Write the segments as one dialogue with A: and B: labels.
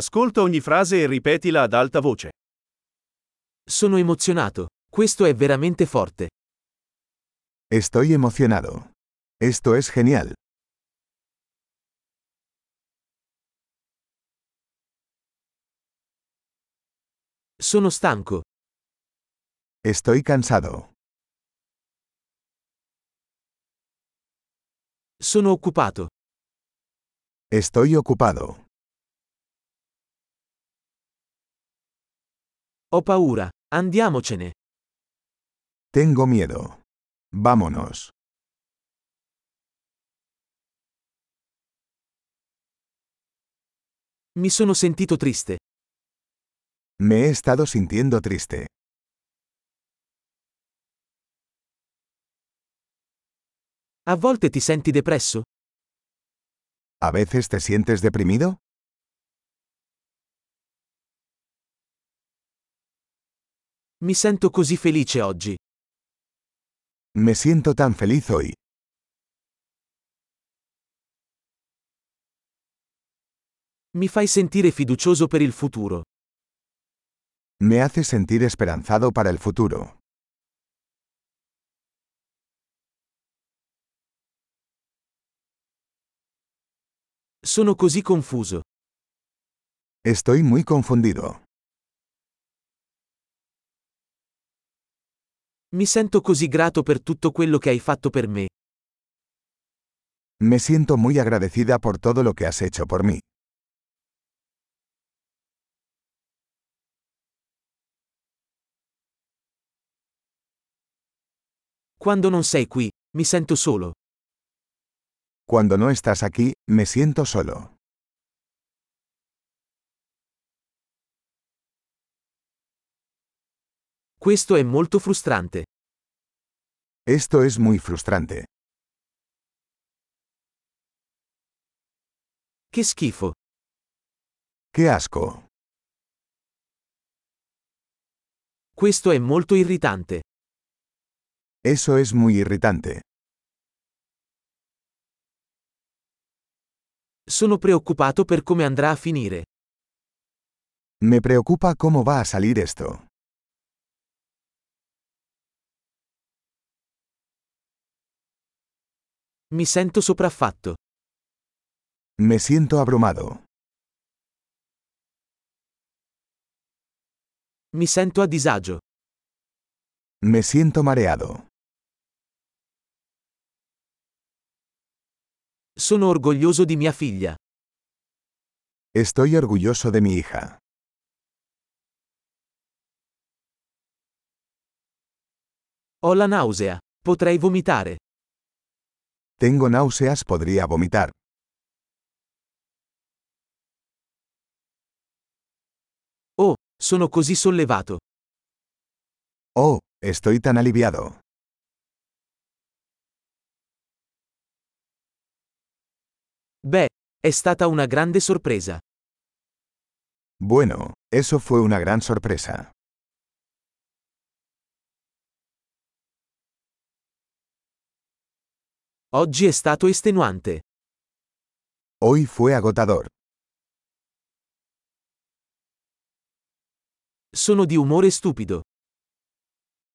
A: Ascolta ogni frase e ripetila ad alta voce.
B: Sono emozionato. Questo è veramente forte.
C: Estoy emocionado. Esto es genial.
B: Sono stanco.
C: Estoy cansado.
B: Sono occupato.
C: Estoy ocupado.
B: Ho paura. Andiamocene.
C: Tengo miedo. Vámonos.
B: Mi sono sentito triste.
C: Me he estado sintiendo triste.
B: A volte ti senti depresso?
C: ¿A veces te sientes deprimido?
B: Mi sento così felice oggi.
C: Me siento tan feliz hoy.
B: Mi fai sentire fiducioso per il futuro.
C: Me hace sentir esperanzado para el futuro.
B: Sono così confuso.
C: Estoy muy confundido.
B: Mi sento così grato per tutto quello che hai fatto per me.
C: Me siento muy agradecida por todo lo que has hecho por mí.
B: Quando non sei qui, mi sento solo.
C: Cuando no estás aquí, me siento solo.
B: Questo è molto frustrante.
C: Esto es muy frustrante.
B: Che schifo.
C: ¡Qué asco!
B: Questo è molto irritante.
C: Eso es muy irritante.
B: Sono preoccupato per come andrà a finire.
C: Me preocupa cómo va a salir esto.
B: Mi sento sopraffatto.
C: Me siento abrumado.
B: Mi sento a disagio.
C: Me siento mareado.
B: Sono orgoglioso di mia figlia.
C: Estoy orgulloso de mi hija.
B: Ho la nausea. Potrei vomitare.
C: Tengo náuseas, podría vomitar.
B: Oh, sono così sollevato.
C: Oh, estoy tan aliviado.
B: Beh, è stata una grande sorpresa.
C: Bueno, eso fue una gran sorpresa.
B: Oggi è stato estenuante.
C: Hoy fue agotador.
B: Sono di umore stupido.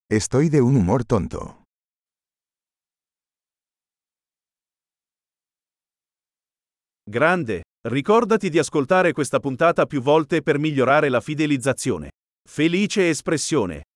C: Estoy de un humor tonto.
A: Grande, ricordati di ascoltare questa puntata più volte per migliorare la fidelizzazione. Felice espressione.